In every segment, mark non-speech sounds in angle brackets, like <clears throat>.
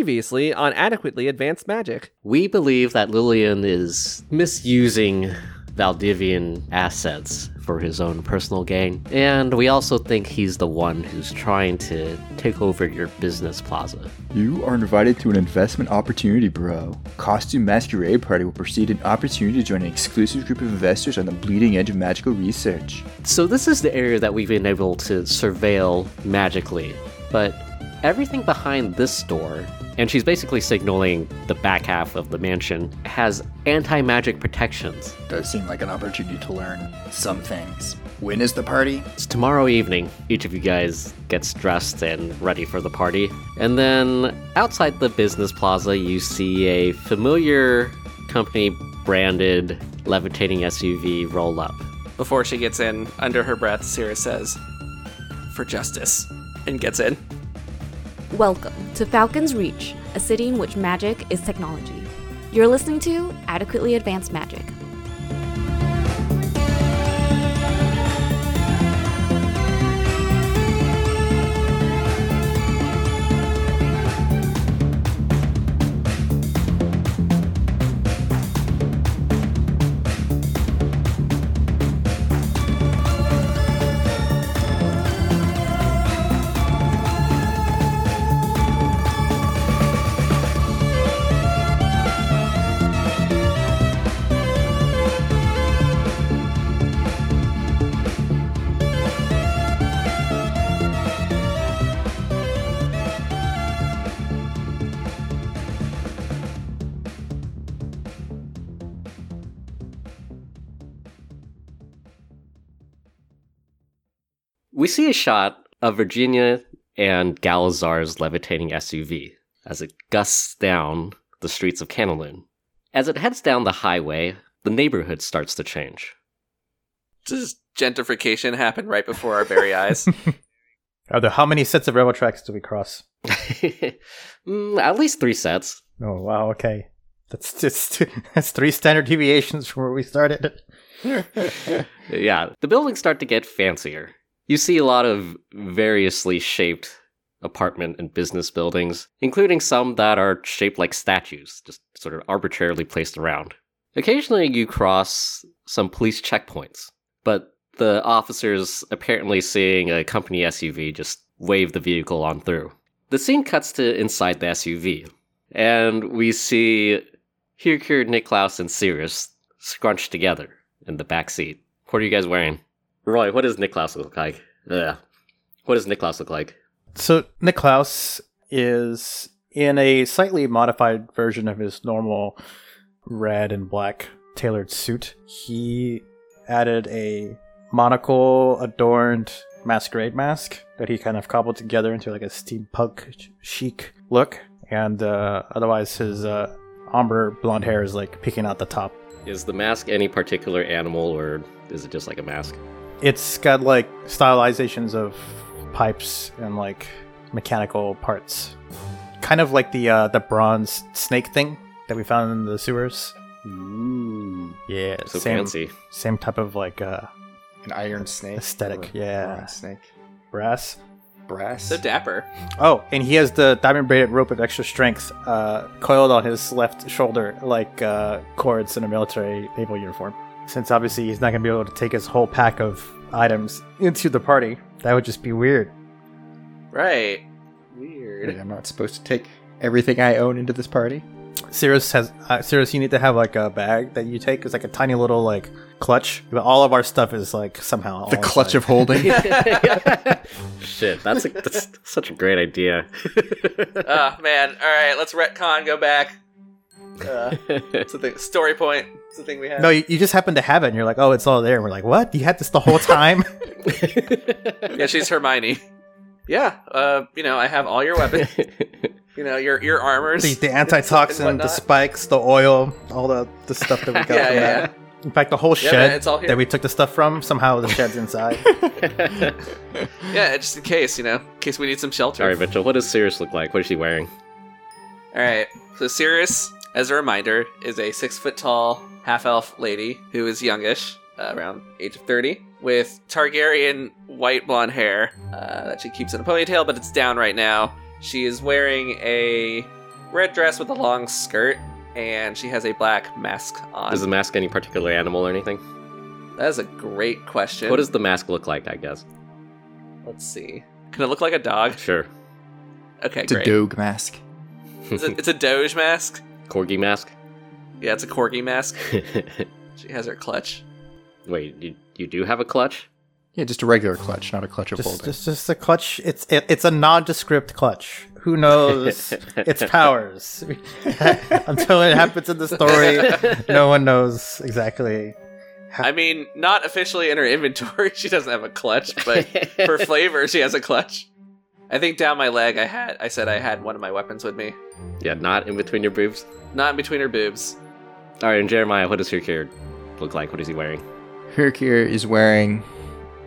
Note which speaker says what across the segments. Speaker 1: Previously on Adequately Advanced Magic.
Speaker 2: We believe that Lillian is misusing Valdivian assets for his own personal gain, and we also think he's the one who's trying to take over your business plaza.
Speaker 3: You are invited to an investment opportunity, bro. Costume Masquerade Party will precede an opportunity to join an exclusive group of investors on the bleeding edge of magical research.
Speaker 2: So, this is the area that we've been able to surveil magically, but everything behind this door, and she's basically signaling the back half of the mansion, has anti magic protections.
Speaker 3: Does seem like an opportunity to learn some things. When is the party?
Speaker 2: It's tomorrow evening. Each of you guys gets dressed and ready for the party. And then outside the business plaza, you see a familiar company branded levitating SUV roll up.
Speaker 4: Before she gets in, under her breath, Syrah says, For justice, and gets in.
Speaker 5: Welcome to Falcon's Reach, a city in which magic is technology. You're listening to Adequately Advanced Magic.
Speaker 2: We see a shot of Virginia and Galazar's levitating SUV as it gusts down the streets of Canaloon. As it heads down the highway, the neighborhood starts to change. <laughs>
Speaker 4: Does gentrification happen right before our
Speaker 1: <laughs>
Speaker 4: very eyes?
Speaker 6: Are there how many sets of railroad tracks do we cross?
Speaker 2: Mm, at least three sets.
Speaker 6: Oh wow, okay. That's <laughs> just that's three standard deviations from where we started.
Speaker 2: Yeah, the buildings start to get fancier. You see a lot of variously shaped apartment and business buildings, including some that are shaped like statues, just sort of arbitrarily placed around. Occasionally, you cross some police checkpoints, but the officers, apparently seeing a company SUV, just wave the vehicle on through. The scene cuts to inside the SUV, and we see Hirkur, Niklaus, and Sirius scrunched together in the back seat. What are you guys wearing? Roy, what does Niklaus look like? Yeah. What does Niklaus look like?
Speaker 6: So Niklaus is in a slightly modified version of his normal red and black tailored suit. He added a monocle adorned masquerade mask that he kind of cobbled together into like a steampunk chic look. And uh, otherwise, his uh, ombre blonde hair is like peeking out the top.
Speaker 2: Is the mask any particular animal, or is it just like a mask?
Speaker 6: It's got like stylizations of pipes and like mechanical parts, kind of like the uh, the bronze snake thing that we found in the sewers.
Speaker 2: Ooh,
Speaker 6: Yeah,
Speaker 2: so
Speaker 6: same
Speaker 2: fancy.
Speaker 6: same type of like uh,
Speaker 3: An iron snake.
Speaker 6: Aesthetic,
Speaker 3: Or a
Speaker 6: yeah.
Speaker 3: bronze snake.
Speaker 6: brass.
Speaker 3: Brass.
Speaker 4: so dapper.
Speaker 6: Oh, and he has the diamond braided rope of extra strength uh, coiled on his left shoulder like uh, cords in a military naval uniform. Since obviously he's not going to be able to take his whole pack of items into the party, that would just be weird.
Speaker 4: Right.
Speaker 3: Wait,
Speaker 4: Weird.
Speaker 3: I'm not supposed to take everything I own into this party.
Speaker 6: Cirrus has uh, Cirrus. You need to have like a bag that you take. It's like a tiny little like clutch. But all of our stuff is like somehow all inside. <laughs>
Speaker 3: holding.
Speaker 2: Shit, that's, a, that's <laughs> such a great <laughs> idea.
Speaker 4: Oh, man. All right, let's retcon, go back. Uh, it's a thing. Story point. It's the thing we have.
Speaker 6: No, you, you just happen to have it, and you're like, oh, it's all there. And we're like, what? You had this <laughs> the whole time?
Speaker 4: yeah, she's Hermione. Yeah, uh, you know, I have all your weapons.
Speaker 1: <laughs>
Speaker 4: you know, your your armors.
Speaker 6: the, the
Speaker 4: and
Speaker 6: antitoxin, the
Speaker 4: whatnot.
Speaker 6: spikes, the oil, all the, the stuff
Speaker 4: <laughs>
Speaker 6: that we got
Speaker 4: Yeah,
Speaker 6: from
Speaker 4: yeah,
Speaker 6: that. In fact, the whole
Speaker 4: Yeah,
Speaker 6: shed
Speaker 4: man, it's all here.
Speaker 6: that we took the stuff from somehow the shed's inside.
Speaker 4: Yeah, just in case, you know, in case we need some shelter.
Speaker 2: All right, Mitchell, what does Sirius look like? What is she wearing?
Speaker 4: All right. So Sirius, as a reminder, is a six foot tall half elf lady who is youngish, uh, around age of thirty, with Targaryen white blonde hair uh, that she keeps in a ponytail, but it's down right now. She is wearing a red dress with a long skirt, and she has a black mask on.
Speaker 2: Does the mask any particular animal or anything?
Speaker 4: that is a great question.
Speaker 2: What does the mask look like, I guess?
Speaker 4: Let's see. Can it look like a dog?
Speaker 2: Sure.
Speaker 4: Okay,
Speaker 3: It's a
Speaker 4: great.
Speaker 3: dog mask.
Speaker 4: It's a- it's a Doge mask.
Speaker 2: Corgi mask? <laughs>
Speaker 4: Yeah, it's a corgi mask. She has her clutch.
Speaker 2: Wait, you, you do have a clutch?
Speaker 7: Yeah, just a regular clutch, not a clutch of
Speaker 6: Just,
Speaker 7: holding.
Speaker 6: just, just the clutch. It's it, it's a nondescript clutch. Who knows its powers? <laughs> Until it happens in the story, no one knows exactly.
Speaker 4: I mean, not officially in her inventory, <laughs> she doesn't have a clutch, but <laughs> for flavor, she has a clutch. I think down my leg, I had I said I had one of my weapons with me,
Speaker 2: yeah, not in between your boobs.
Speaker 4: not in between her boobs.
Speaker 2: All right, and Jeremiah, what does your character look like? What is he wearing? <laughs>
Speaker 7: Hirkir is wearing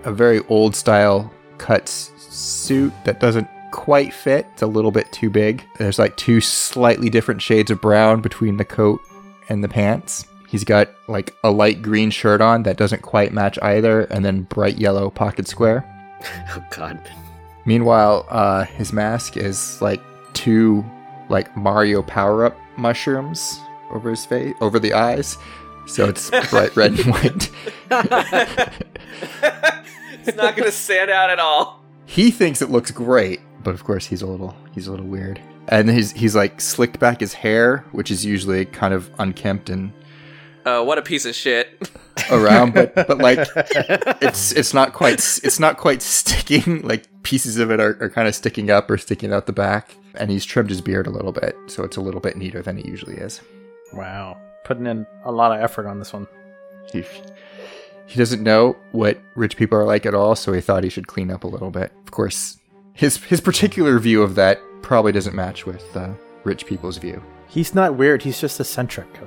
Speaker 7: a very old style cut s- suit that doesn't quite fit. It's a little bit too big. There's like two slightly different shades of brown between the coat and the pants. He's got like a light green shirt on that doesn't quite match either, and then bright yellow pocket square.
Speaker 2: Oh, God.
Speaker 7: Meanwhile, uh, his mask is like two like Mario power up mushrooms over his face, over the eyes. So it's bright red and white.
Speaker 4: it's not gonna stand out at all.
Speaker 7: he thinks it looks great, but of course he's a little he's a little weird. And he's he's like slicked back his hair, which is usually kind of unkempt and
Speaker 4: Uh, what a piece of shit! <laughs>
Speaker 7: around, but but like it's it's not quite s- it's not quite sticking. <laughs> Like pieces of it are, are kind of sticking up or sticking out the back. And he's trimmed his beard a little bit, so it's a little bit neater than it usually is.
Speaker 6: Wow, putting in a lot of effort on this one.
Speaker 7: He he doesn't know what rich people are like at all, so he thought he should clean up a little bit. Of course, his his particular view of that probably doesn't match with uh, rich people's view.
Speaker 6: He's not weird. He's just eccentric. <laughs>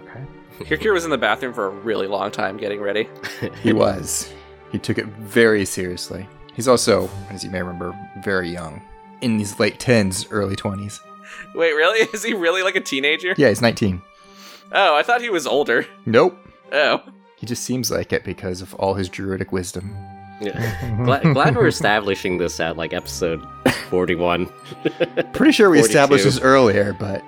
Speaker 6: Okay.
Speaker 4: Kirkir was in the bathroom for a really long time getting ready. <laughs>
Speaker 7: He was. He took it very seriously. He's also, as you may remember, very young. In his late 10s, early 20s.
Speaker 4: Wait, really? <laughs> Is he really like a teenager?
Speaker 7: Yeah, he's 19.
Speaker 4: Oh, I thought he was older.
Speaker 7: Nope.
Speaker 4: Oh,
Speaker 7: He just seems like it because of all his druidic wisdom.
Speaker 2: Yeah. glad, glad we're establishing this at like episode 41.
Speaker 7: Pretty sure
Speaker 2: 42.
Speaker 7: we established this earlier, but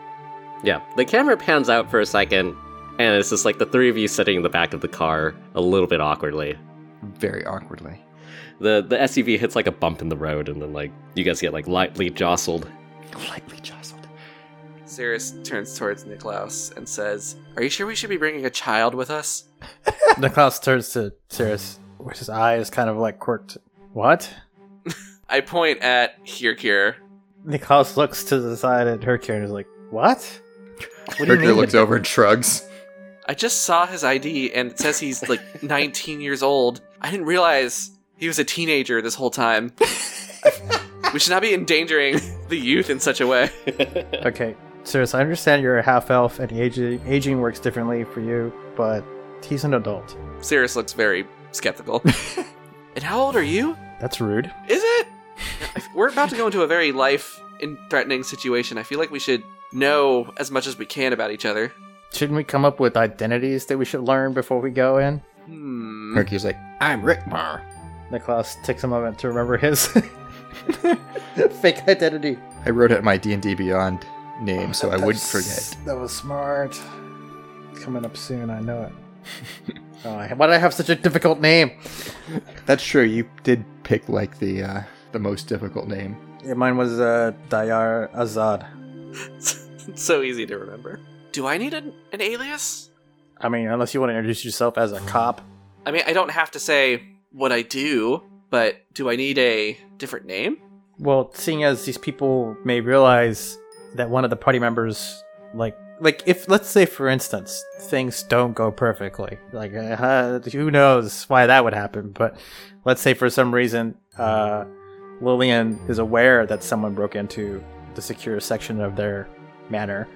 Speaker 2: Yeah, the camera pans out for a second, and it's just like the three of you sitting in the back of the car a little bit awkwardly.
Speaker 7: very awkwardly.
Speaker 2: The the SUV hits like a bump in the road, and then like you guys get like lightly <laughs> jostled.
Speaker 7: Lightly jostled.
Speaker 4: Cirrus turns towards Niklaus and says, "Are you sure we should be bringing a child with us?"
Speaker 6: Niklaus turns to Cirrus, which his eye is kind of like quirked. What?
Speaker 4: I point at Kirkir.
Speaker 6: Niklaus looks to the side at Hercure and is like, "What? What do you
Speaker 7: Hercule
Speaker 6: mean?"
Speaker 7: looks over and shrugs.
Speaker 4: I just saw his ID and it says he's like 19 years old. I didn't realize he was a teenager this whole time. we should not be endangering the youth in such a way.
Speaker 6: Okay, Cirrus, I understand you're a half elf and aging aging works differently for you, but he's an adult.
Speaker 4: Cirrus looks very skeptical. and how old are you?
Speaker 6: That's rude.
Speaker 4: Is it? I- We're about to go into a very life in- threatening situation. I feel like we should know as much as we can about each other.
Speaker 6: Shouldn't we come up with identities that we should learn before we go in?
Speaker 4: Hmm.
Speaker 7: Hercule's like, I'm Rickmar.
Speaker 6: Niklaus takes a moment to remember his <laughs> fake identity.
Speaker 7: I wrote out my D&D Beyond name so I
Speaker 6: That
Speaker 7: wouldn't
Speaker 6: was-
Speaker 7: forget.
Speaker 6: That was smart. Coming up soon, I know it.
Speaker 7: <laughs>
Speaker 6: oh, I- why did I have such a difficult name?
Speaker 7: That's true. You did pick like the uh, the most difficult <laughs> name.
Speaker 6: Yeah, mine was uh, Dayar Azad.
Speaker 4: so easy to remember. Do I need an, an alias?
Speaker 6: I mean, unless you want to introduce yourself as
Speaker 7: Hmm.
Speaker 6: a cop.
Speaker 4: I mean, I don't have to say what I do, but do I need a different name?
Speaker 6: Well, seeing as these people may realize that one of the party members, like, like if let's say for instance things don't go perfectly, like uh, who knows why that would happen, but let's say for some reason uh, Lillian is aware that someone broke into the secure section of their manor,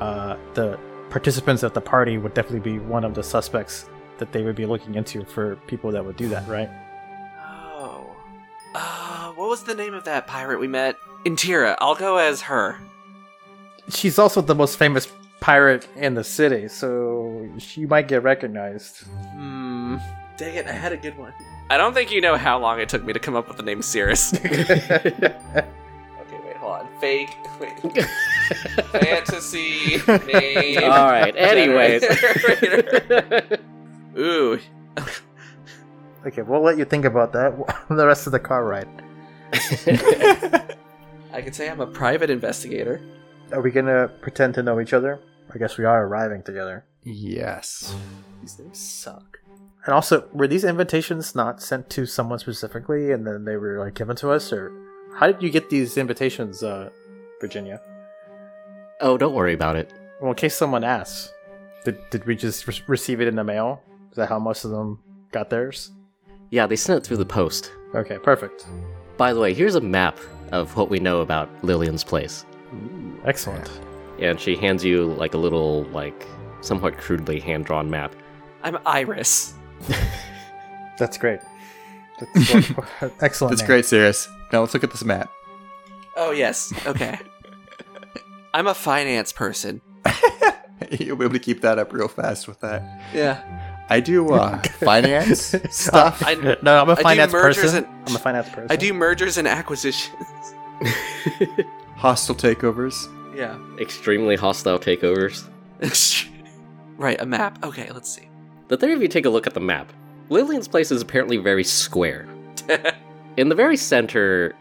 Speaker 6: uh, the participants at the party would definitely be one of the suspects that they would be looking into for people that would do that, right?
Speaker 4: Oh. Uh, what was the name of that pirate we met? Intira. I'll go as her.
Speaker 6: she's also the most famous pirate in the city, so she might get recognized.
Speaker 4: Hmm. Dang it, I had a good one. I don't think you know how long it took me to <laughs> <laughs> come up with the name Cirrus. okay, wait, hold on. Fake. Wait. <laughs> Fantasy name.
Speaker 2: All <laughs> right. Anyways.
Speaker 4: Generator. <laughs> Ooh,
Speaker 6: Okay, we'll let you think about that <laughs> the rest of the car ride.
Speaker 4: I could say I'm a private investigator.
Speaker 6: Are we gonna pretend to know each other? I guess we are arriving together.
Speaker 7: Yes.
Speaker 4: These names suck.
Speaker 6: And also, were these invitations not sent to someone specifically, and then they were like given to us, or how did you get these invitations, uh, Virginia?
Speaker 2: oh, don't worry about it.
Speaker 6: Well, in case someone asks, did did we just re- receive it in the mail? Is that how most of them got theirs?
Speaker 2: Yeah, they sent it through the post.
Speaker 6: Okay, perfect,
Speaker 2: By the way, here's a map of what we know about Lillian's place.
Speaker 6: excellent.
Speaker 2: And she hands you like a little, like, somewhat crudely hand drawn map.
Speaker 4: I'm Iris.
Speaker 6: That's great. That's <laughs> what- excellent.
Speaker 7: That's
Speaker 6: name.
Speaker 7: great, Sirius. Now let's look at this map. <laughs>
Speaker 4: Oh yes. Okay. <laughs> I'm a finance person.
Speaker 7: You'll be able to keep that up real fast with that.
Speaker 4: Yeah.
Speaker 7: I do uh, <laughs> finance stuff.
Speaker 4: I,
Speaker 6: No, I'm a
Speaker 4: do
Speaker 6: finance
Speaker 4: mergers
Speaker 6: person.
Speaker 4: and-
Speaker 6: I'm a finance person.
Speaker 4: <laughs> I do mergers and acquisitions.
Speaker 7: Hostile takeovers.
Speaker 4: Yeah.
Speaker 2: Extremely hostile takeovers.
Speaker 4: <laughs> right. A map. Okay. Let's see.
Speaker 2: The three of you take a look at the map. Lillian's place is apparently very square. <laughs> In the very center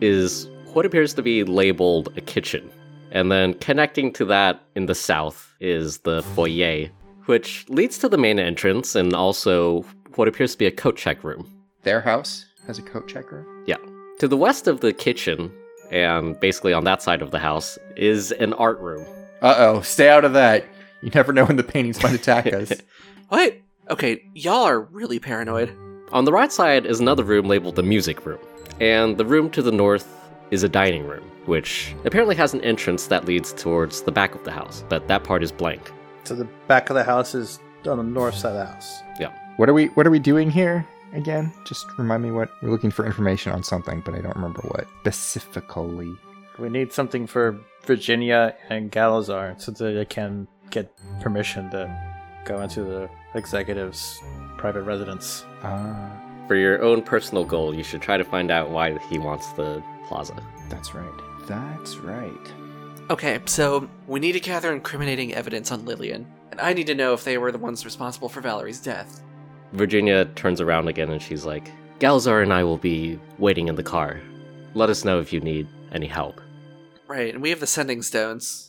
Speaker 2: is what appears to be labeled a kitchen. And then connecting to that in the south is the foyer, which leads to the main entrance and also what appears to be a coat check room.
Speaker 7: Their house has a coat checker.
Speaker 2: To the west of the kitchen, and basically on that side of the house, is an art room.
Speaker 7: Uh oh. Stay out of that. You never know when the paintings might attack us.
Speaker 4: what? Okay. Y'all are really paranoid.
Speaker 2: On the right side is another room labeled the music room, and the room to the north is a dining room, which apparently has an entrance that leads towards the back of the house, but that part is blank.
Speaker 6: So the back of the house is on the north side of the house.
Speaker 7: What are we What are we doing here again? Just remind me what we're looking for information on something, but I don't remember what specifically.
Speaker 6: We need something for Virginia and Galazar so that they can get permission to go into the executive's private residence.
Speaker 7: Ah,
Speaker 2: For your own personal goal, you should try to find out why he wants the plaza.
Speaker 7: that's right. That's right.
Speaker 4: Okay. So we need to gather incriminating evidence on Lillian, and I need to know if they were the ones responsible for Valerie's death.
Speaker 2: Virginia turns around again and she's like, Galzar and I will be waiting in the car. Let us know if you need any help.
Speaker 4: Right. And we have the sending stones.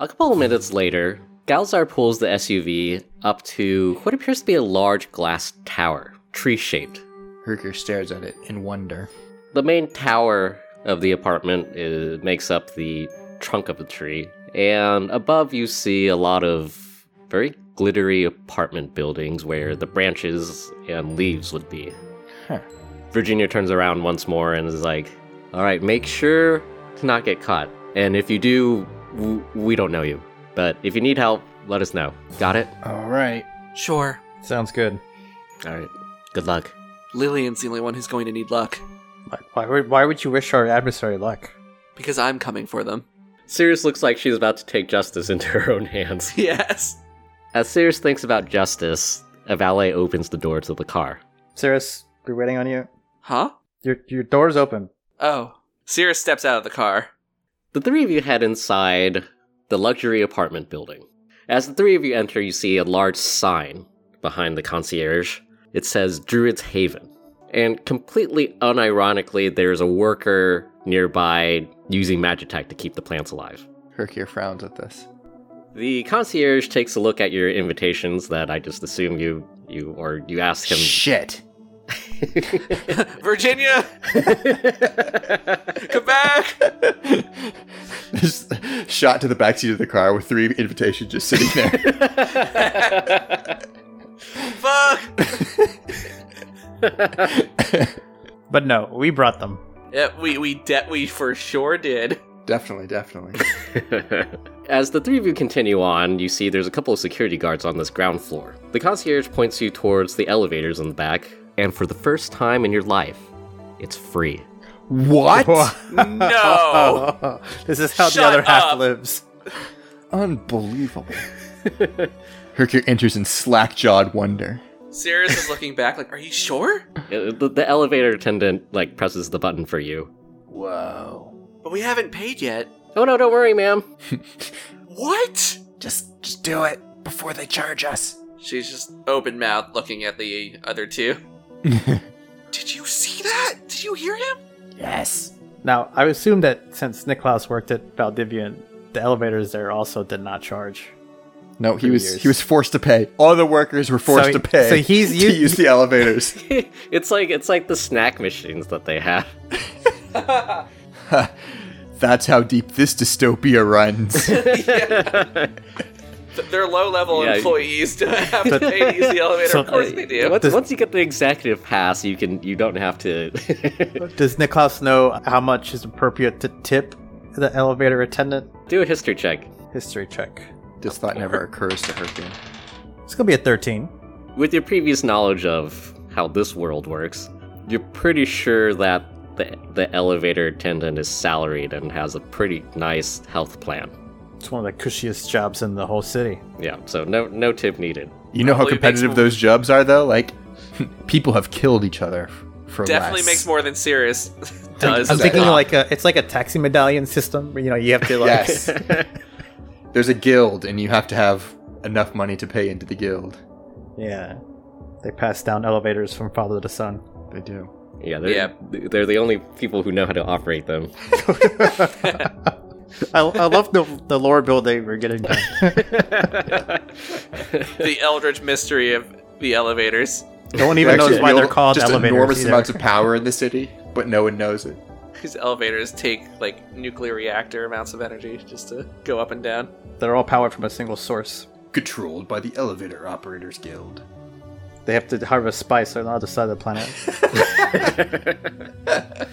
Speaker 2: A couple of minutes later, Galzar pulls the SUV up to what appears to be a large glass tower, tree shaped.
Speaker 7: Herker stares at it in wonder.
Speaker 2: The main tower of the apartment is, makes up the trunk of the tree, and above you see a lot of very glittery apartment buildings where the branches and leaves would be.
Speaker 7: Huh.
Speaker 2: Virginia turns around once more and is like, "All right, make sure to not get caught, and if you do, w- we don't know you. But if you need help, let us know. Got it?
Speaker 7: All right.
Speaker 4: Sure.
Speaker 6: Sounds good.
Speaker 2: All right. Good luck."
Speaker 4: Lillian's the only one who's going to need luck
Speaker 6: Why, why, would- why would you wish our adversary luck?
Speaker 4: because I'm coming for them.
Speaker 2: Sirius looks like she's about to take justice into her own hands.
Speaker 4: <laughs> <laughs> Yes.
Speaker 2: As Sears thinks about justice, a valet opens the door to the car.
Speaker 6: Cyrus, we're waiting on you.
Speaker 4: Huh?
Speaker 6: Your, your door's open.
Speaker 4: Oh. Cirrus steps out of the car.
Speaker 2: The three of you head inside the luxury apartment building. As the three of you enter, you see a large sign behind the concierge. It says Druid's Haven. And completely unironically, there's a worker nearby using Magitech to keep the plants alive.
Speaker 7: Herkier frowns at this.
Speaker 2: The concierge takes a look at your invitations that I just assume you you or you ask him <laughs>
Speaker 7: <laughs> Shit.
Speaker 4: Virginia, come back.
Speaker 7: Just shot to the backseat of the car with three invitations just sitting <laughs> there.
Speaker 4: Fuck.
Speaker 6: But no, we brought them.
Speaker 4: Yeah, we we de- we for sure
Speaker 6: <laughs>
Speaker 4: did.
Speaker 7: definitely, definitely.
Speaker 2: As the three of you continue on, you see there's a couple of security guards on this ground floor. The concierge points you towards the elevators in the back, and for the first time in your life, it's free.
Speaker 7: What?
Speaker 4: No.
Speaker 6: <laughs> this is how the
Speaker 4: Shut
Speaker 6: other half
Speaker 4: up.
Speaker 6: lives.
Speaker 7: Unbelievable. Herkier enters in slack jawed wonder.
Speaker 4: Cirrus is looking back like, "Are you sure?"
Speaker 2: Uh, The, the elevator attendant like presses the button for you.
Speaker 7: Whoa.
Speaker 4: But we haven't paid yet.
Speaker 2: Oh no, don't worry, ma'am. <laughs>
Speaker 4: What?
Speaker 7: Just just do it before they charge us.
Speaker 4: She's just open mouthed looking at the other
Speaker 6: <laughs>
Speaker 4: two. Did you see that? Did you hear him?
Speaker 7: yes.
Speaker 6: Now, I assume that since Niklaus worked at Valdivian, the elevators there also did not charge.
Speaker 7: No, he
Speaker 6: For
Speaker 7: was
Speaker 6: years.
Speaker 7: he was forced to pay. All the workers were forced
Speaker 6: So-
Speaker 7: to pay.
Speaker 6: so he's
Speaker 7: to
Speaker 6: used-
Speaker 7: use the elevators.
Speaker 6: <laughs>
Speaker 2: it's like it's like the snack machines that they have.
Speaker 7: That's how deep this dystopia
Speaker 6: <laughs>
Speaker 7: runs.
Speaker 4: Th- They're low level
Speaker 2: Yeah.
Speaker 4: employees don't have to pay
Speaker 2: <laughs>
Speaker 4: to use the elevator.
Speaker 6: So-
Speaker 4: of course they do.
Speaker 2: Once,
Speaker 6: Does-
Speaker 2: once you get the executive pass, you can you don't have to <laughs>
Speaker 6: Does Niklaus know how much is appropriate to tip the elevator attendant?
Speaker 2: do a history check.
Speaker 6: History check.
Speaker 7: this thought never occurs to Herkian.
Speaker 6: It's gonna be a thirteen.
Speaker 2: With your previous knowledge of how this world works, you're pretty sure that the the elevator attendant is salaried and has a pretty nice health plan.
Speaker 6: It's one of the cushiest jobs in the whole city.
Speaker 2: Yeah, so no no tip needed.
Speaker 7: You know how
Speaker 4: Probably makes
Speaker 7: competitive
Speaker 4: more-
Speaker 7: those jobs are, though. Like <laughs> people have killed each other f- for
Speaker 4: Definitely
Speaker 7: less.
Speaker 4: makes more than Sirius
Speaker 6: I'm-
Speaker 4: does.
Speaker 6: I'm
Speaker 4: as a
Speaker 6: thinking
Speaker 4: cop.
Speaker 6: like a, it's like a taxi medallion system. Where, you know, you have to <laughs> like. <laughs>
Speaker 7: Yes. There's a guild, and you have to have enough money to pay into the guild.
Speaker 6: Yeah. They pass down elevators from father to son.
Speaker 7: They do.
Speaker 2: Yeah, they're,
Speaker 4: Yeah.
Speaker 2: they're the only people who know how to operate them.
Speaker 6: I, I love the the lore building we're getting. Done.
Speaker 4: <laughs> the eldritch mystery of the elevators.
Speaker 6: No one even knows
Speaker 7: Actually,
Speaker 6: why
Speaker 7: you'll-
Speaker 6: they're called
Speaker 7: just
Speaker 6: elevators.
Speaker 7: enormous
Speaker 6: either.
Speaker 7: amounts of power in the city, but no one knows it.
Speaker 4: These elevators take like nuclear reactor amounts of energy just to go up and down.
Speaker 6: They're all powered from a single source.
Speaker 7: Controlled by the Elevator Operators Guild.
Speaker 6: They have to harvest spice on the other side of the <laughs> planet.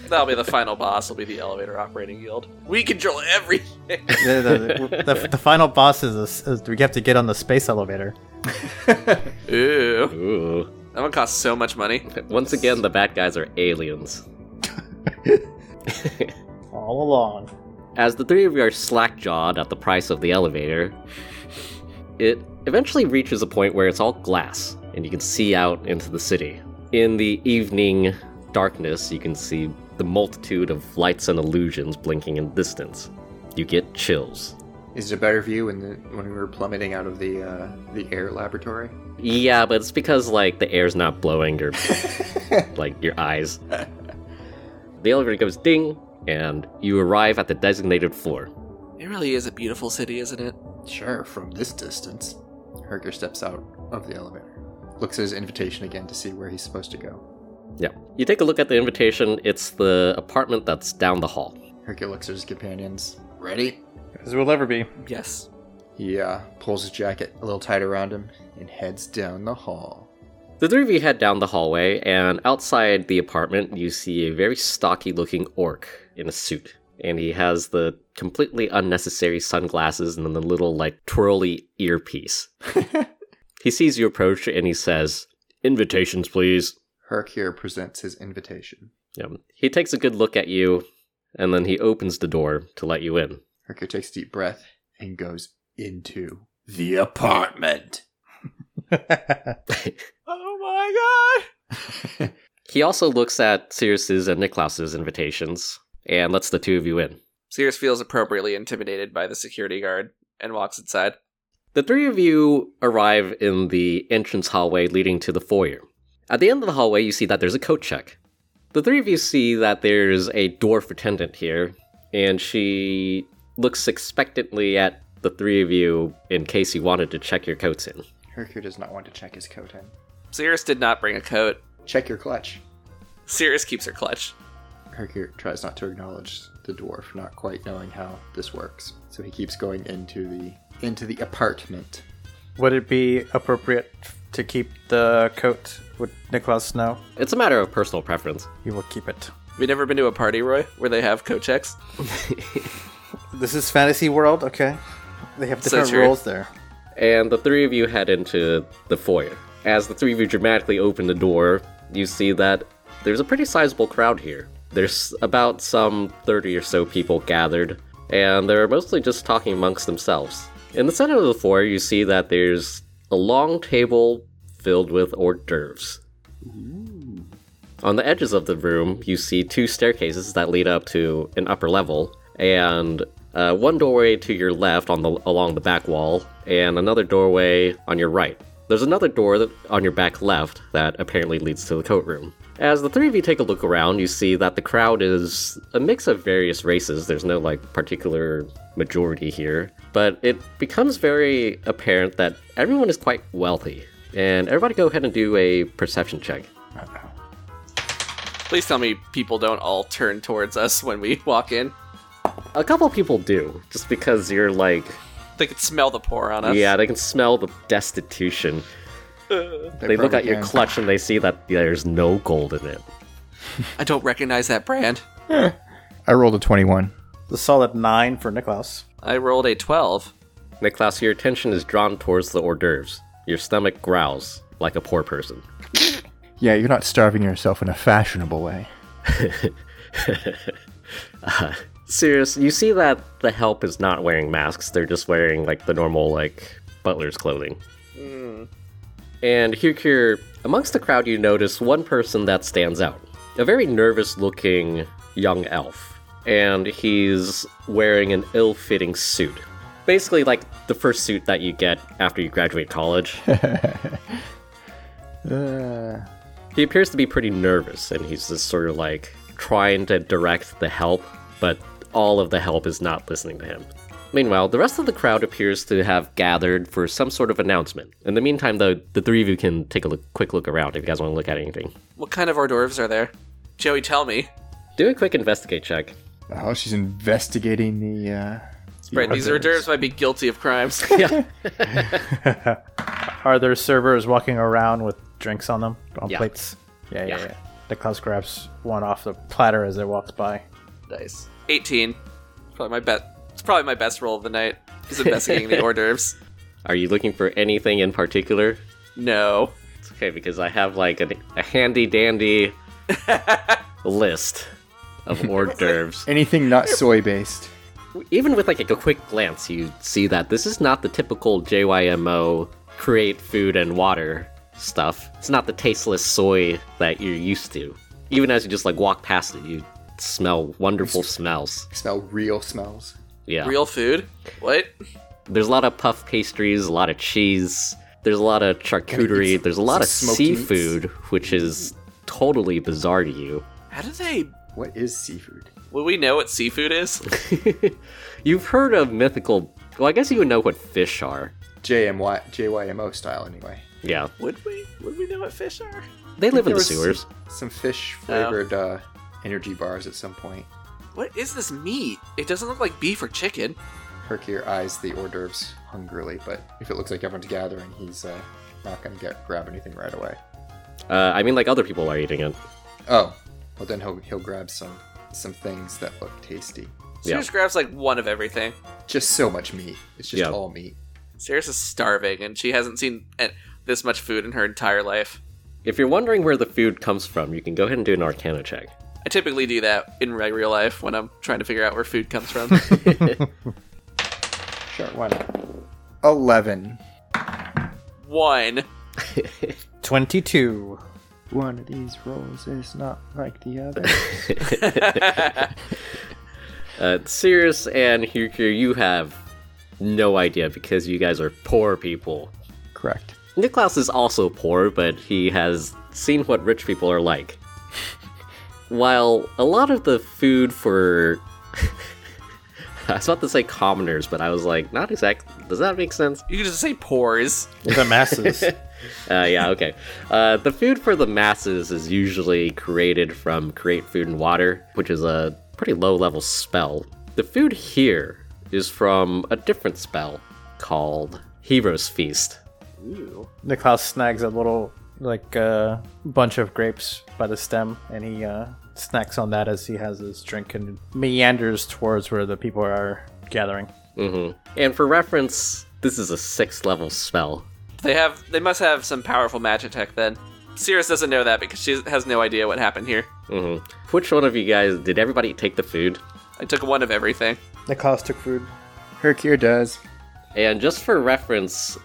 Speaker 4: That'll be the final <laughs> boss. Will be the elevator operating guild. We control everything.
Speaker 6: the, the, the, the final boss is, is, is we have to get on the space elevator.
Speaker 4: Ooh,
Speaker 2: Ooh.
Speaker 4: that one costs so much money.
Speaker 2: Once again, the bad guys are aliens.
Speaker 6: All along.
Speaker 2: As the three of you are slack jawed at the price of the elevator, it eventually reaches a point where it's all glass and you can see out into the city. In the evening darkness, you can see the multitude of lights and illusions blinking in distance. You get chills.
Speaker 7: Is it a better view when the, when we were plummeting out of the uh, the air laboratory?
Speaker 2: Yeah, but it's because like the air's not blowing your like your eyes. The elevator goes ding, and you arrive at the designated floor.
Speaker 4: It really is a beautiful city, isn't it?
Speaker 7: Sure, from this distance. Herger steps out of the elevator, looks at his invitation again to see where he's supposed to go.
Speaker 2: Yeah. You take a look at the invitation, it's the apartment that's down the hall.
Speaker 7: Herger looks at his companions. Ready?
Speaker 6: As we'll ever <laughs> be.
Speaker 4: Yes.
Speaker 7: He uh, pulls his jacket a little tight around him and heads down the hall.
Speaker 2: The three of you head down the hallway, and outside the apartment, you see a very stocky looking orc in a suit. And he has the completely unnecessary sunglasses and then the little, like, twirly earpiece. he sees you approach and he says, Invitations, please.
Speaker 7: Herc here presents his invitation.
Speaker 2: Yeah. He takes a good look at you, and then he opens the door to let you in. <laughs>
Speaker 7: Herc here takes a deep breath and goes into the apartment.
Speaker 4: Oh my god.
Speaker 2: He also looks at Sirius's and Niklaus's invitations and lets the two of you in.
Speaker 4: Sears feels appropriately intimidated by the security guard and walks inside.
Speaker 2: The three of you arrive in the entrance hallway leading to the foyer. At the end of the hallway, you see that there's a coat check. The three of you see that there's a dwarf attendant here, and she looks expectantly at the three of you in case you wanted to check your coats in.
Speaker 7: Herc here does not want to check his coat in.
Speaker 4: Sears did not bring a coat.
Speaker 7: Check your clutch.
Speaker 4: Sears keeps her clutch.
Speaker 7: Herc here tries not to acknowledge the dwarf, not quite knowing how this works. So he keeps going into the into the apartment.
Speaker 6: Would it be appropriate to keep the coat? Would Niklaus know?
Speaker 2: It's a matter of personal preference.
Speaker 6: You will keep it.
Speaker 4: Have you never been to a party, Roy, where they have coat checks?
Speaker 6: This is fantasy world, okay? They have different
Speaker 4: true.
Speaker 6: rules there.
Speaker 2: And the three of you head into the foyer. As the three of you dramatically open the door, you see that there's a pretty sizable crowd here. There's about some 30 or so people gathered, and they're mostly just talking amongst themselves. In the center of the foyer, you see that there's a long table filled with hors d'oeuvres. On the edges of the room, you see two staircases that lead up to an upper level, and Uh, one doorway to your left on the along the back wall, and another doorway on your right. There's another door that, on your back left that apparently leads to the coat room. As the three of you take a look around, you see that the crowd is a mix of various races. There's no like particular majority here, but it becomes very apparent that everyone is quite wealthy. And everybody, go ahead and do a perception check.
Speaker 4: Please tell me people don't all turn towards us when we walk in.
Speaker 2: A couple people do, just because you're like,
Speaker 4: They could smell the pour on us.
Speaker 2: yeah, they can smell the destitution. They look
Speaker 7: probably
Speaker 2: at your
Speaker 7: can.
Speaker 2: clutch and they see that there's no gold in it.
Speaker 4: I don't recognize that brand.
Speaker 7: I rolled a 21.
Speaker 6: The solid nine for Niklaus.
Speaker 4: I rolled a 12.
Speaker 2: Niklaus, your attention is drawn towards the hors d'oeuvres. Your stomach growls like a poor person.
Speaker 7: Yeah, you're not starving yourself in a fashionable way.
Speaker 2: Uh, serious, you see that the help is not wearing masks. They're just wearing like the normal like butler's clothing. Hmm. And Hukir, amongst the crowd, you notice one person that stands out. A very nervous looking young elf. And he's wearing an ill fitting suit. Basically, like the first suit that you get after you graduate college. He appears to be pretty nervous, and he's just sort of like trying to direct the help, but all of the help is not listening to him. Meanwhile, the rest of the crowd appears to have gathered for some sort of announcement. In the meantime, though, the three of you can take a look, quick look around if you guys want to look at anything.
Speaker 4: What kind of hors d'oeuvres are there? Joey, tell me.
Speaker 2: Do a quick investigate check.
Speaker 7: Oh, she's investigating the. Uh, the
Speaker 4: Right, these hors d'oeuvres might be guilty of crimes.
Speaker 2: <laughs> yeah.
Speaker 6: Are there servers walking around with drinks on them on
Speaker 2: Yeah.
Speaker 6: plates? Yeah, yeah,
Speaker 2: Yeah.
Speaker 6: yeah. Niklaus grabs one off the platter as they walked by.
Speaker 4: nice. 18. Probably my best. It's probably my best roll of the night. Is investigating
Speaker 2: <laughs>
Speaker 4: the hors d'oeuvres.
Speaker 2: Are you looking for anything in particular?
Speaker 4: No.
Speaker 2: It's okay because I have like a, a handy dandy list of hors d'oeuvres.
Speaker 7: Anything not soy based.
Speaker 2: even with like a quick glance, you see that this is not the typical JYMO create food and water stuff. It's not the tasteless soy that you're used to. Even as you just like walk past it, you smell wonderful smells.
Speaker 7: Smell real smells.
Speaker 2: Yeah.
Speaker 4: Real food? What?
Speaker 2: There's a lot of puff pastries, a lot of cheese. There's a lot of charcuterie. There's a lot of
Speaker 7: some smoked meats.
Speaker 2: seafood, which is totally bizarre to you. <laughs>
Speaker 4: How do they.
Speaker 7: What is seafood?
Speaker 4: Will we know what seafood is?
Speaker 2: You've heard of mythical. Well, I guess you would know what fish are.
Speaker 7: JMY, JYMO style, anyway.
Speaker 2: Yeah.
Speaker 4: Would we? Would we know what fish are?
Speaker 2: They live in
Speaker 7: There
Speaker 2: the
Speaker 7: was some-
Speaker 2: sewers.
Speaker 7: Some fish
Speaker 2: Oh.
Speaker 7: flavored uh, energy bars at some point.
Speaker 4: What is this meat? It doesn't look like beef or chicken.
Speaker 7: Herkier eyes the hors d'oeuvres hungrily, but if it looks like everyone's gathering, he's uh, not going to get grab anything right away.
Speaker 2: Uh, I mean, like other people are eating it.
Speaker 7: Oh, well then he'll he'll grab some some things that look tasty.
Speaker 2: Yeah.
Speaker 4: Sirius grabs like one of everything.
Speaker 7: Just so much meat. It's just
Speaker 2: Yeah.
Speaker 7: all meat.
Speaker 4: Sirius is starving, and she hasn't seen eh, this much food in her entire life.
Speaker 2: If you're wondering where the food comes from, you can go ahead and do an Arcana check.
Speaker 4: I typically do that in my real life when I'm trying to figure out where food comes
Speaker 2: <laughs>
Speaker 4: from.
Speaker 7: Sure, why not? Eleven.
Speaker 4: one.
Speaker 6: Twenty-two.
Speaker 7: One of these rolls is not like the other.
Speaker 2: Uh, Sirius and Hukir, you have no idea because you guys are poor people.
Speaker 7: Correct.
Speaker 2: Niklaus is also poor, but he has seen what rich people are like. <laughs> While a lot of the food for. <laughs> I was about to say commoners, but I was like, not exactly. Does that make sense?
Speaker 4: You can just say pores.
Speaker 6: The masses.
Speaker 2: Uh, yeah, okay. Uh, the food for the masses is usually created from create food and water, which is a pretty low level spell. The food here is from a different spell called Hero's Feast.
Speaker 6: <laughs> Niklaus snags a little like uh, bunch of grapes by the stem, and he uh, snacks on that as he has his drink and meanders towards where the people are gathering.
Speaker 2: hmm And for reference, this is a sixth level spell.
Speaker 4: They have. They must have some powerful magic tech then. Sirius doesn't know that because she has no idea what happened here.
Speaker 2: hmm Which one of you guys did everybody take the food?
Speaker 4: I took one of everything.
Speaker 6: Niklaus took food.
Speaker 7: Herkier does.
Speaker 2: And just for reference,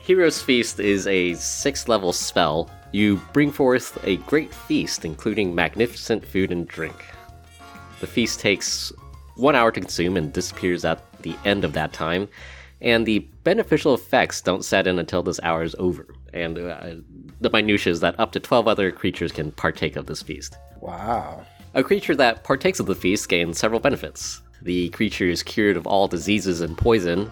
Speaker 2: Hero's Feast is a sixth level spell. You bring forth a great feast, including magnificent food and drink. The feast takes one hour to consume and disappears at the end of that time. And the beneficial effects don't set in until this hour is over. And uh, the minutia is that up to 12 other creatures can partake of this feast.
Speaker 3: Wow.
Speaker 2: A creature that partakes of the feast gains several benefits. The creature is cured of all diseases and poison,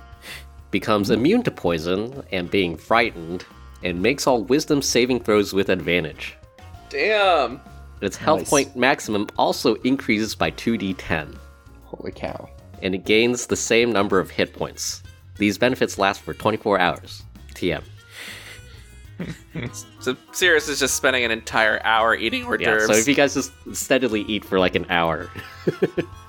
Speaker 2: becomes immune to poison and being frightened, and makes all wisdom saving throws with advantage.
Speaker 4: Damn.
Speaker 2: Its health
Speaker 3: Nice.
Speaker 2: point maximum also increases by 2d10,
Speaker 3: Holy cow.
Speaker 2: and it gains the same number of hit points. These benefits last for 24 hours. TM.
Speaker 4: So Sirius is just spending an entire hour eating hors
Speaker 2: Yeah,
Speaker 4: d'oeuvres.
Speaker 2: so if you guys just steadily eat for like an hour, <laughs>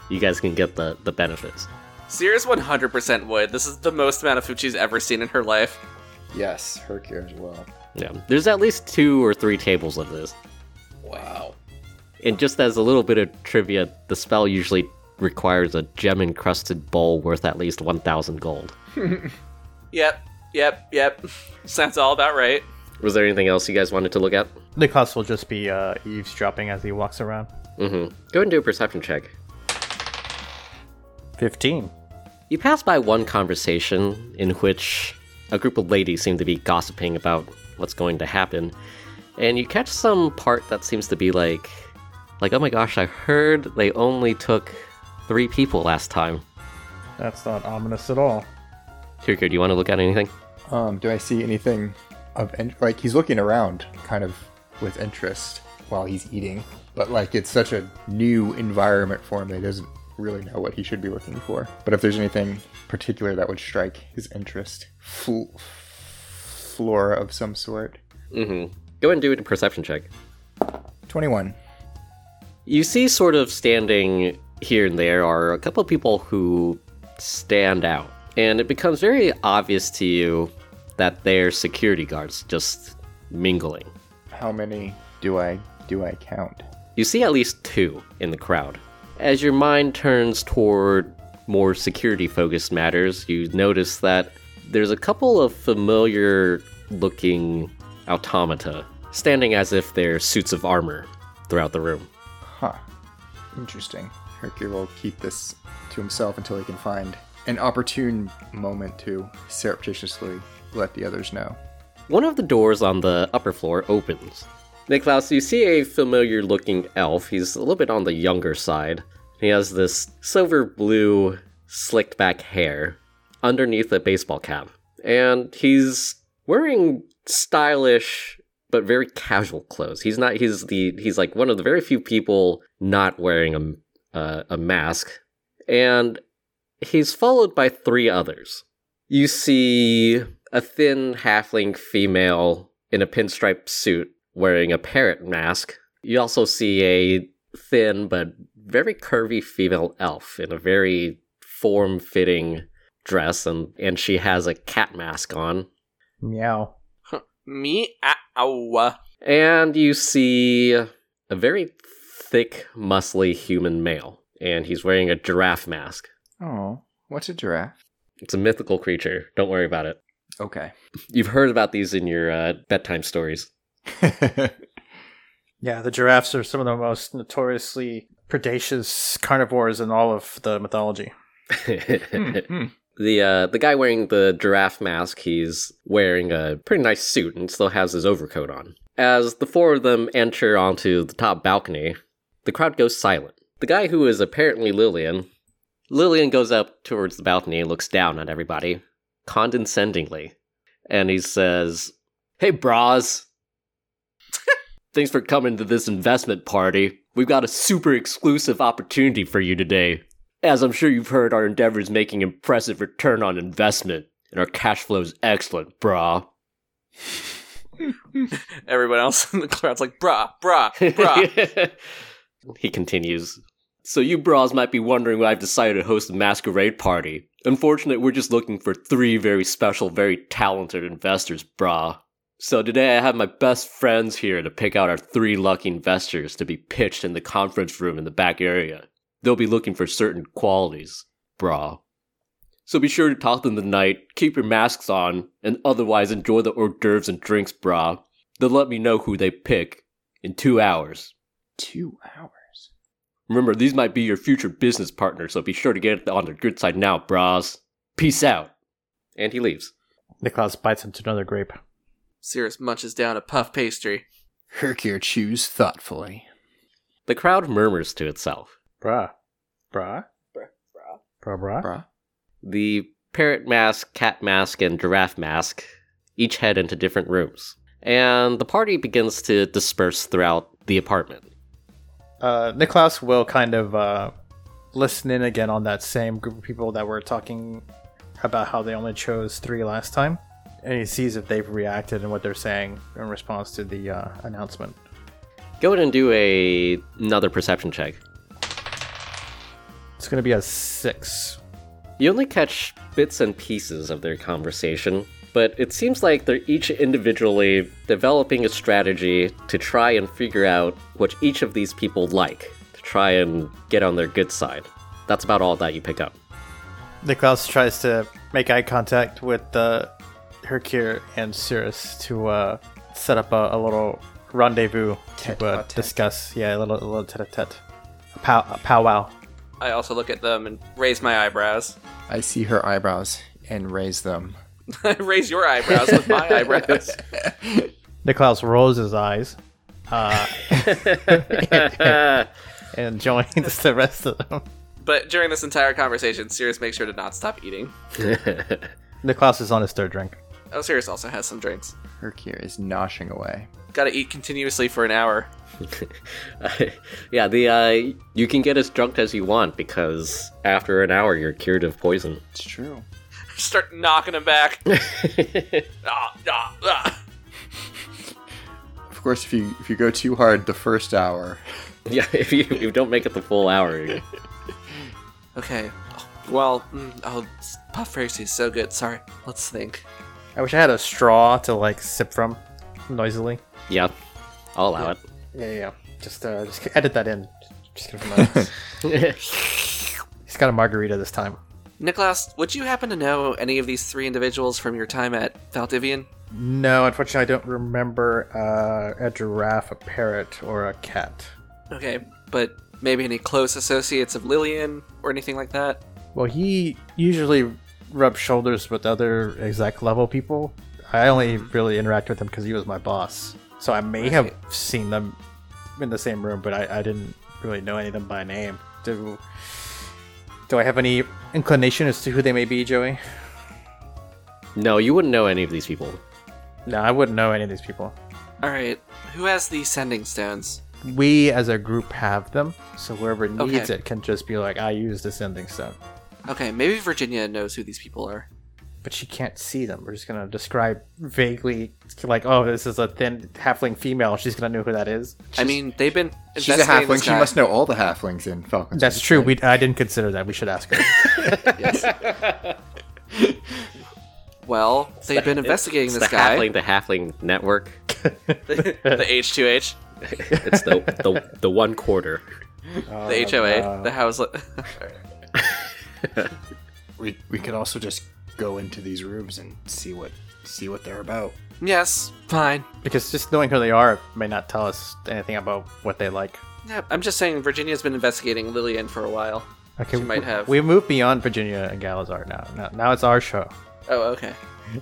Speaker 2: you guys can get the, the benefits.
Speaker 4: Sirius 100% would. This is the most amount of food she's ever seen in her life.
Speaker 3: Yes, Hercure as well.
Speaker 2: Yeah. There's at least two or three tables of this.
Speaker 4: Wow.
Speaker 2: And just as a little bit of trivia, the spell usually requires a gem encrusted bowl worth at least 1,000 gold.
Speaker 4: Yep, yep, yep. <laughs> Sounds all about right.
Speaker 2: Was there anything else you guys wanted to look at?
Speaker 6: Niklas will just be uh, eavesdropping as he walks around.
Speaker 2: Mm hmm. Go and do a perception check.
Speaker 6: 15.
Speaker 2: You pass by one conversation in which a group of ladies seem to be gossiping about what's going to happen, and you catch some part that seems to be like, like, oh my gosh, I heard they only took three people last time.
Speaker 6: That's not ominous at all.
Speaker 2: Tuker, do you want to look at anything?
Speaker 7: Um, do I see anything of in- like he's looking around, kind of with interest while he's eating, but like it's such a new environment for him that he doesn't really know what he should be looking for. But if there's anything particular that would strike his interest, fl- flora of some sort.
Speaker 2: Mm-hmm. Go and do a perception check.
Speaker 7: Twenty-one.
Speaker 2: You see, sort of standing here and there, are a couple of people who stand out. And it becomes very obvious to you that they're security guards just mingling.
Speaker 7: How many do I do I count?
Speaker 2: You see at least two in the crowd. As your mind turns toward more security focused matters, you notice that there's a couple of familiar looking automata standing as if they're suits of armor throughout the room.
Speaker 7: Huh. Interesting. Hercule will keep this to himself until he can find an opportune moment to surreptitiously let the others know.
Speaker 2: One of the doors on the upper floor opens. Niklaus, you see a familiar looking elf. He's a little bit on the younger side. He has this silver blue, slicked back hair underneath a baseball cap. And he's wearing stylish but very casual clothes. He's not he's the he's like one of the very few people not wearing a uh, a mask. And he's followed by three others you see a thin halfling female in a pinstripe suit wearing a parrot mask. You also see a thin but very curvy female elf in a very form fitting dress, and, and she has a cat mask on.
Speaker 6: Meow.
Speaker 4: Me? Ow.
Speaker 2: And you see a very thick, muscly human male, and he's wearing a giraffe mask.
Speaker 7: Oh, what's a giraffe?
Speaker 2: It's a mythical creature. Don't worry about it.
Speaker 7: <laughs> Okay.
Speaker 2: You've heard about these in your uh, bedtime stories. <laughs>
Speaker 6: Yeah, the giraffes are some of the most notoriously predacious carnivores in all of the mythology.
Speaker 7: Hmm,
Speaker 2: the uh, the guy wearing the giraffe mask, he's wearing a pretty nice suit and still has his overcoat on. As the four of them enter onto the top balcony, the crowd goes silent. The guy who is apparently Lillian, Lillian goes up towards the balcony and looks down at everybody condescendingly, and he says, "Hey, bras." <laughs> Thanks for coming to this investment party. We've got a super exclusive opportunity for you today. As I'm sure you've heard, our endeavor is making impressive return on investment, and our cash flow is excellent, brah.
Speaker 4: Everyone else <laughs> in the crowd's like, brah, brah, brah.
Speaker 2: <laughs> he continues. So you bras might be wondering why I've decided to host a masquerade party. Unfortunately, we're just looking for three very special, very talented investors, brah. So today I have my best friends here to pick out our three lucky investors to be pitched in the conference room in the back area. They'll be looking for certain qualities, brah. So be sure to talk to them tonight, keep your masks on, and otherwise enjoy the hors d'oeuvres and drinks, brah. They'll let me know who they pick in two hours.
Speaker 7: Two hours.
Speaker 2: Remember, these might be your future business partners, so be sure to get on their good side now, bras. Peace out. And he leaves.
Speaker 6: Niklaus bites into another grape.
Speaker 4: Cirrus munches down a puff pastry.
Speaker 7: Herkier chews thoughtfully.
Speaker 2: The crowd murmurs to itself.
Speaker 6: Bra. Bra? Bra bra.
Speaker 7: Bruh.
Speaker 2: The parrot mask, cat mask, and giraffe mask each head into different rooms. And the party begins to disperse throughout the apartment.
Speaker 6: Uh, Niklaus will kind of uh, listen in again on that same group of people that were talking about how they only chose three last time. And he sees if they've reacted and what they're saying in response to the uh, announcement.
Speaker 2: Go ahead and do a, another perception check.
Speaker 6: It's going to be a six.
Speaker 2: You only catch bits and pieces of their conversation, but it seems like they're each individually developing a strategy to try and figure out what each of these people like, to try and get on their good side. That's about all that you pick up. <laughs>
Speaker 6: Niklaus tries to make eye contact with uh, Hercure and Cirrus to uh, set up a, a little rendezvous to uh,
Speaker 7: Tete-a-tete.
Speaker 6: discuss. Yeah, a little, a little tete-a-tete. A, pow- a powwow.
Speaker 4: I also look at them and raise my eyebrows. <laughs>
Speaker 7: I see her eyebrows and raise them.
Speaker 4: raise your eyebrows with my eyebrows.
Speaker 6: Niklaus rolls his eyes uh, <laughs> and joins the rest of them.
Speaker 4: But during this entire conversation, Sirius makes sure to not stop eating.
Speaker 6: Niklaus is on his third drink.
Speaker 4: Oh, Sirius also has some drinks.
Speaker 7: Herkier is noshing away.
Speaker 4: Gotta eat continuously for an hour. <laughs>
Speaker 2: yeah, the uh, you can get as drunk as you want because after an hour you're cured of poison. <laughs>
Speaker 7: It's true.
Speaker 4: Start knocking him back. Ah, ah, ah.
Speaker 7: Of course, if you if you go too hard the first hour,
Speaker 2: yeah, if you, if you don't make it the full hour, <laughs>
Speaker 4: Okay. Oh, Well, mm, oh, s- puff pastry is so good. Sorry. Let's think.
Speaker 6: I wish I had a straw to like sip from noisily.
Speaker 2: yeah, I'll allow it.
Speaker 6: Yeah, yeah, yeah. Just, uh, just edit that in. Just get it from my <laughs> He's got a margarita this time.
Speaker 4: Nicholas, would you happen to know any of these three individuals from your time at Valdivian?
Speaker 6: No, unfortunately, I don't remember uh, a giraffe, a parrot, or a cat.
Speaker 4: Okay, but maybe any close associates of Lillian or anything like that?
Speaker 6: Well, he usually rubs shoulders with other exact level people. I only really interact with him because he was my boss. So I may have seen them in the same room, but I, I didn't really know any of them by name. Do, do I have any inclination as to who they may be, Joey?
Speaker 2: No, you wouldn't know any of these people.
Speaker 6: No, I wouldn't know any of these people.
Speaker 4: Alright, who has the sending stones?
Speaker 6: We as a group have them, so whoever needs
Speaker 4: Okay.
Speaker 6: it can just be like, I use this ending stone.
Speaker 4: Okay, maybe Virginia knows who these people are.
Speaker 6: but she can't see them. We're just gonna describe vaguely, like, oh, this is a thin halfling female. She's gonna know who that is.
Speaker 4: I mean, they've been.
Speaker 7: she's a
Speaker 4: investigating
Speaker 7: halfling.
Speaker 4: this
Speaker 7: She
Speaker 4: guy.
Speaker 7: must know all the halflings in Falcon.
Speaker 6: That's true. We I didn't consider that. We should ask <laughs> her.
Speaker 4: Well, they've been investigating
Speaker 2: It's
Speaker 4: this
Speaker 2: the
Speaker 4: guy.
Speaker 2: halfling, the halfling network.
Speaker 4: <laughs> the H2H,
Speaker 2: It's the the, the one quarter.
Speaker 7: Uh,
Speaker 4: the HOA, the house.
Speaker 7: we we could also just go into these rooms and see what see what they're about.
Speaker 4: <laughs> yes, fine.
Speaker 6: because just knowing who they are may not tell us anything about what they like.
Speaker 4: Yeah, I'm just saying Virginia's been investigating Lillian for a while.
Speaker 6: Okay,
Speaker 4: She might
Speaker 6: w-
Speaker 4: have.
Speaker 6: We moved beyond Virginia and Galazar now. now. Now it's our show.
Speaker 4: Oh, okay.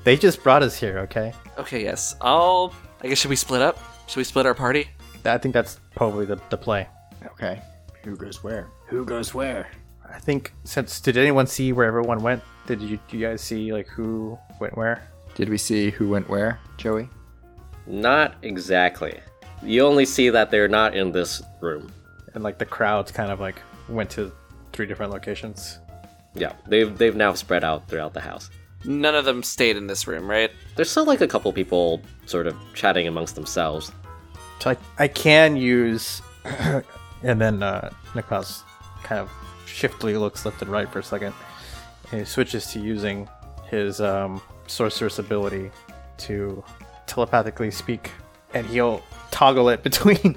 Speaker 6: They just brought us here. Okay,
Speaker 4: Okay, yes. I'll. I guess should we split up? Should we split our party?
Speaker 6: I think that's probably the, the play.
Speaker 7: Okay. Who goes where? Who goes where?
Speaker 6: I think since did anyone see where everyone went? Did you, you guys see like who went where?
Speaker 7: Did we see who went where, Joey?
Speaker 2: Not exactly. You only see that they're not in this room.
Speaker 6: And like the crowds kind of like went to three different locations.
Speaker 2: Yeah, they've they've now spread out throughout the house.
Speaker 4: None of them stayed in this room, right?
Speaker 2: There's still like a couple people sort of chatting amongst themselves.
Speaker 6: So I, I can use, <clears throat> and then uh, Niklaus kind of shiftly looks left and right for a second, and he switches to using his um, sorceress ability to telepathically speak, and he'll toggle it <laughs> between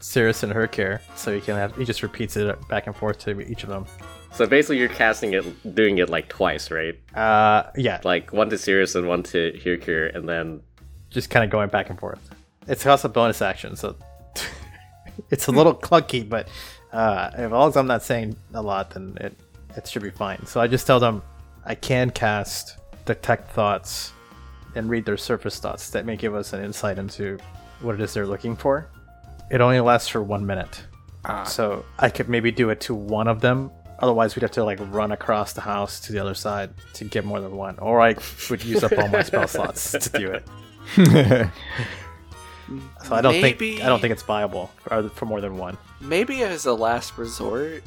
Speaker 6: Cirrus and Hercare, so he can have he just repeats it back and forth to each of them.
Speaker 2: So basically, you're casting it, doing it like twice, right?
Speaker 6: Uh, yeah,
Speaker 2: Like one to Sirius and one to Hirkir, and then
Speaker 6: just kind of going <laughs> back and forth. It's also a bonus action, so it's a little clunky, but Uh, as long as I'm not saying a lot, then it it should be fine. So I just tell them I can cast detect thoughts and read their surface thoughts that may give us an insight into what it is they're looking for. It only lasts for one minute, so I could maybe do it to one of them. Otherwise, we'd have to like run across the house to the other side to get more than one, or I would use up all my spell slots to do it. So I don't think
Speaker 4: Maybe-
Speaker 6: I don't think it's viable for, for more than one.
Speaker 4: Maybe as a last resort.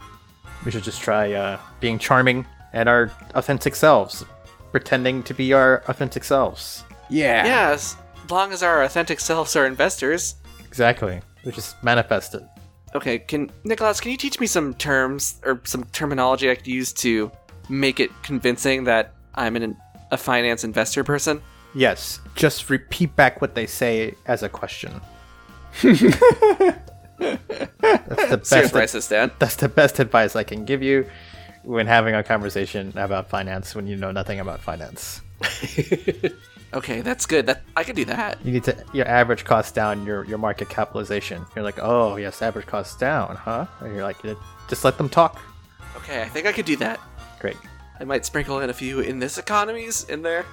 Speaker 6: We should just try uh, being charming and our authentic selves, pretending to be our authentic selves.
Speaker 4: Yeah. as long as our authentic selves are investors.
Speaker 6: Exactly. We just manifest it.
Speaker 4: Okay, can Nicholas, can you teach me some terms or some terminology I could use to make it convincing that I'm an, a finance investor person?
Speaker 6: Yes. Just repeat back what they say as a question. that's the
Speaker 4: Serious
Speaker 6: best.
Speaker 4: writes this down.
Speaker 6: that's the best advice I can give you when having a conversation about finance when you know nothing about finance.
Speaker 4: Okay, that's good. That I could do that.
Speaker 6: You need to your average cost down, your your market capitalization. You're like, oh yes, average cost down, huh? And you're like, just let them talk.
Speaker 4: Okay, I think I could do that.
Speaker 6: Great.
Speaker 4: I might sprinkle in a few in this economies in
Speaker 6: <laughs>
Speaker 4: there.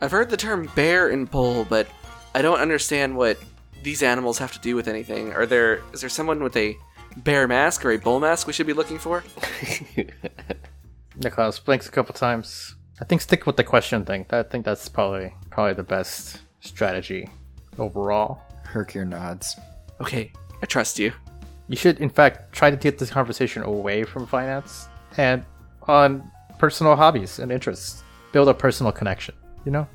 Speaker 4: I've heard the term bear and bull, but I don't understand what these animals have to do with anything. Are there is there someone with a bear mask or a bull mask we should be looking for?
Speaker 6: Nicholas blinks a couple times. I think stick with the question thing. I think that's probably probably the best strategy overall.
Speaker 3: Herkier nods.
Speaker 4: Okay, I trust you.
Speaker 6: You should, in fact, try to get this conversation away from finance and on personal hobbies and interests. Build a personal connection. You know,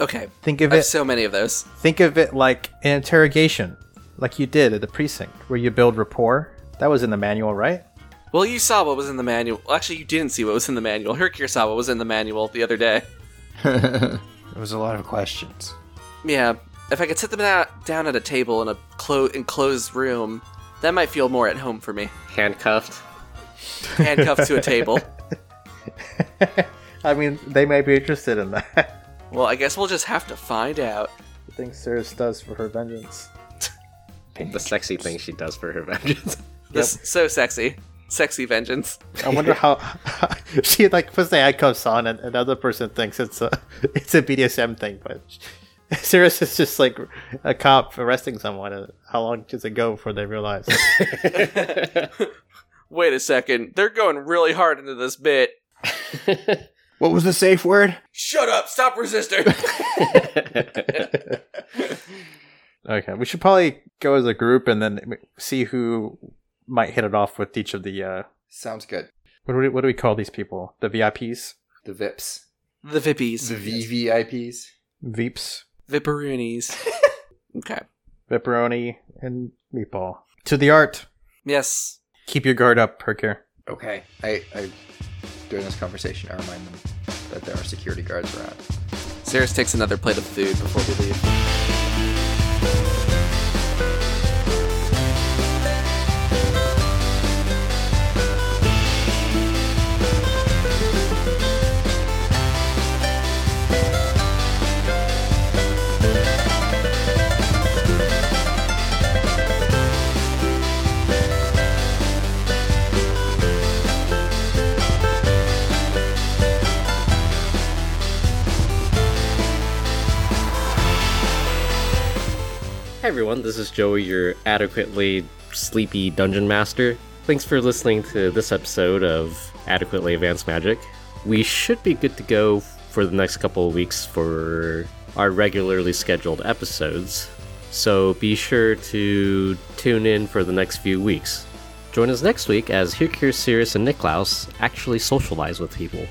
Speaker 4: Okay,
Speaker 6: think of
Speaker 4: I have
Speaker 6: it.
Speaker 4: so many of those.
Speaker 6: think of it like an interrogation, like you did at the precinct, where you build rapport. That was in the manual, right? <laughs>
Speaker 4: Well, you saw what was in the manual. Actually, you didn't see what was in the manual. Herkier saw what was in the manual the other day.
Speaker 7: There was a lot of questions.
Speaker 4: Yeah, if I could sit them down- down at a table in a clo- enclosed room, that might feel more at home for me.
Speaker 2: Handcuffed.
Speaker 4: Handcuffed to a table.
Speaker 6: I mean, they may be interested in that.
Speaker 4: Well, I guess we'll just have to find out.
Speaker 6: the thing Cirrus does for her vengeance.
Speaker 2: The sexy thing she does for her <laughs> vengeance.
Speaker 4: This so sexy, sexy vengeance.
Speaker 6: I wonder how <laughs> she like puts the handcuffs on, and another person thinks it's a it's a BDSM thing, but <laughs> Cirrus is just like a cop arresting someone. And how long does it go before they realize?
Speaker 4: Wait a second, they're going really hard into this bit.
Speaker 7: What was the safe word?
Speaker 4: Shut up! Stop resisting.
Speaker 6: <laughs> okay, we should probably go as a group and then see who might hit it off with each of the uh,
Speaker 7: Sounds good.
Speaker 6: what do we, what do we call these people? The VIPs,
Speaker 7: The VIPs.
Speaker 4: the Vippies,
Speaker 7: The VVIPs.
Speaker 6: Veeps,
Speaker 4: Viperoonies. okay.
Speaker 6: Pepperoni, and Meatball. To the art.
Speaker 4: Yes.
Speaker 6: Keep your guard up, Hercure.
Speaker 7: Okay. I, I during this conversation, I remind them that there are security guards around.
Speaker 4: Cyrus takes another plate of food before we leave.
Speaker 2: Hi everyone, this is Joey, your adequately sleepy dungeon master. Thanks for listening to this episode of Adequately Advanced Magic. We should be good to go for the next couple of weeks for our regularly scheduled episodes, so be sure to tune in for the next few weeks. Join us next week as Hukir, Sirius, and Niklaus actually socialize with people.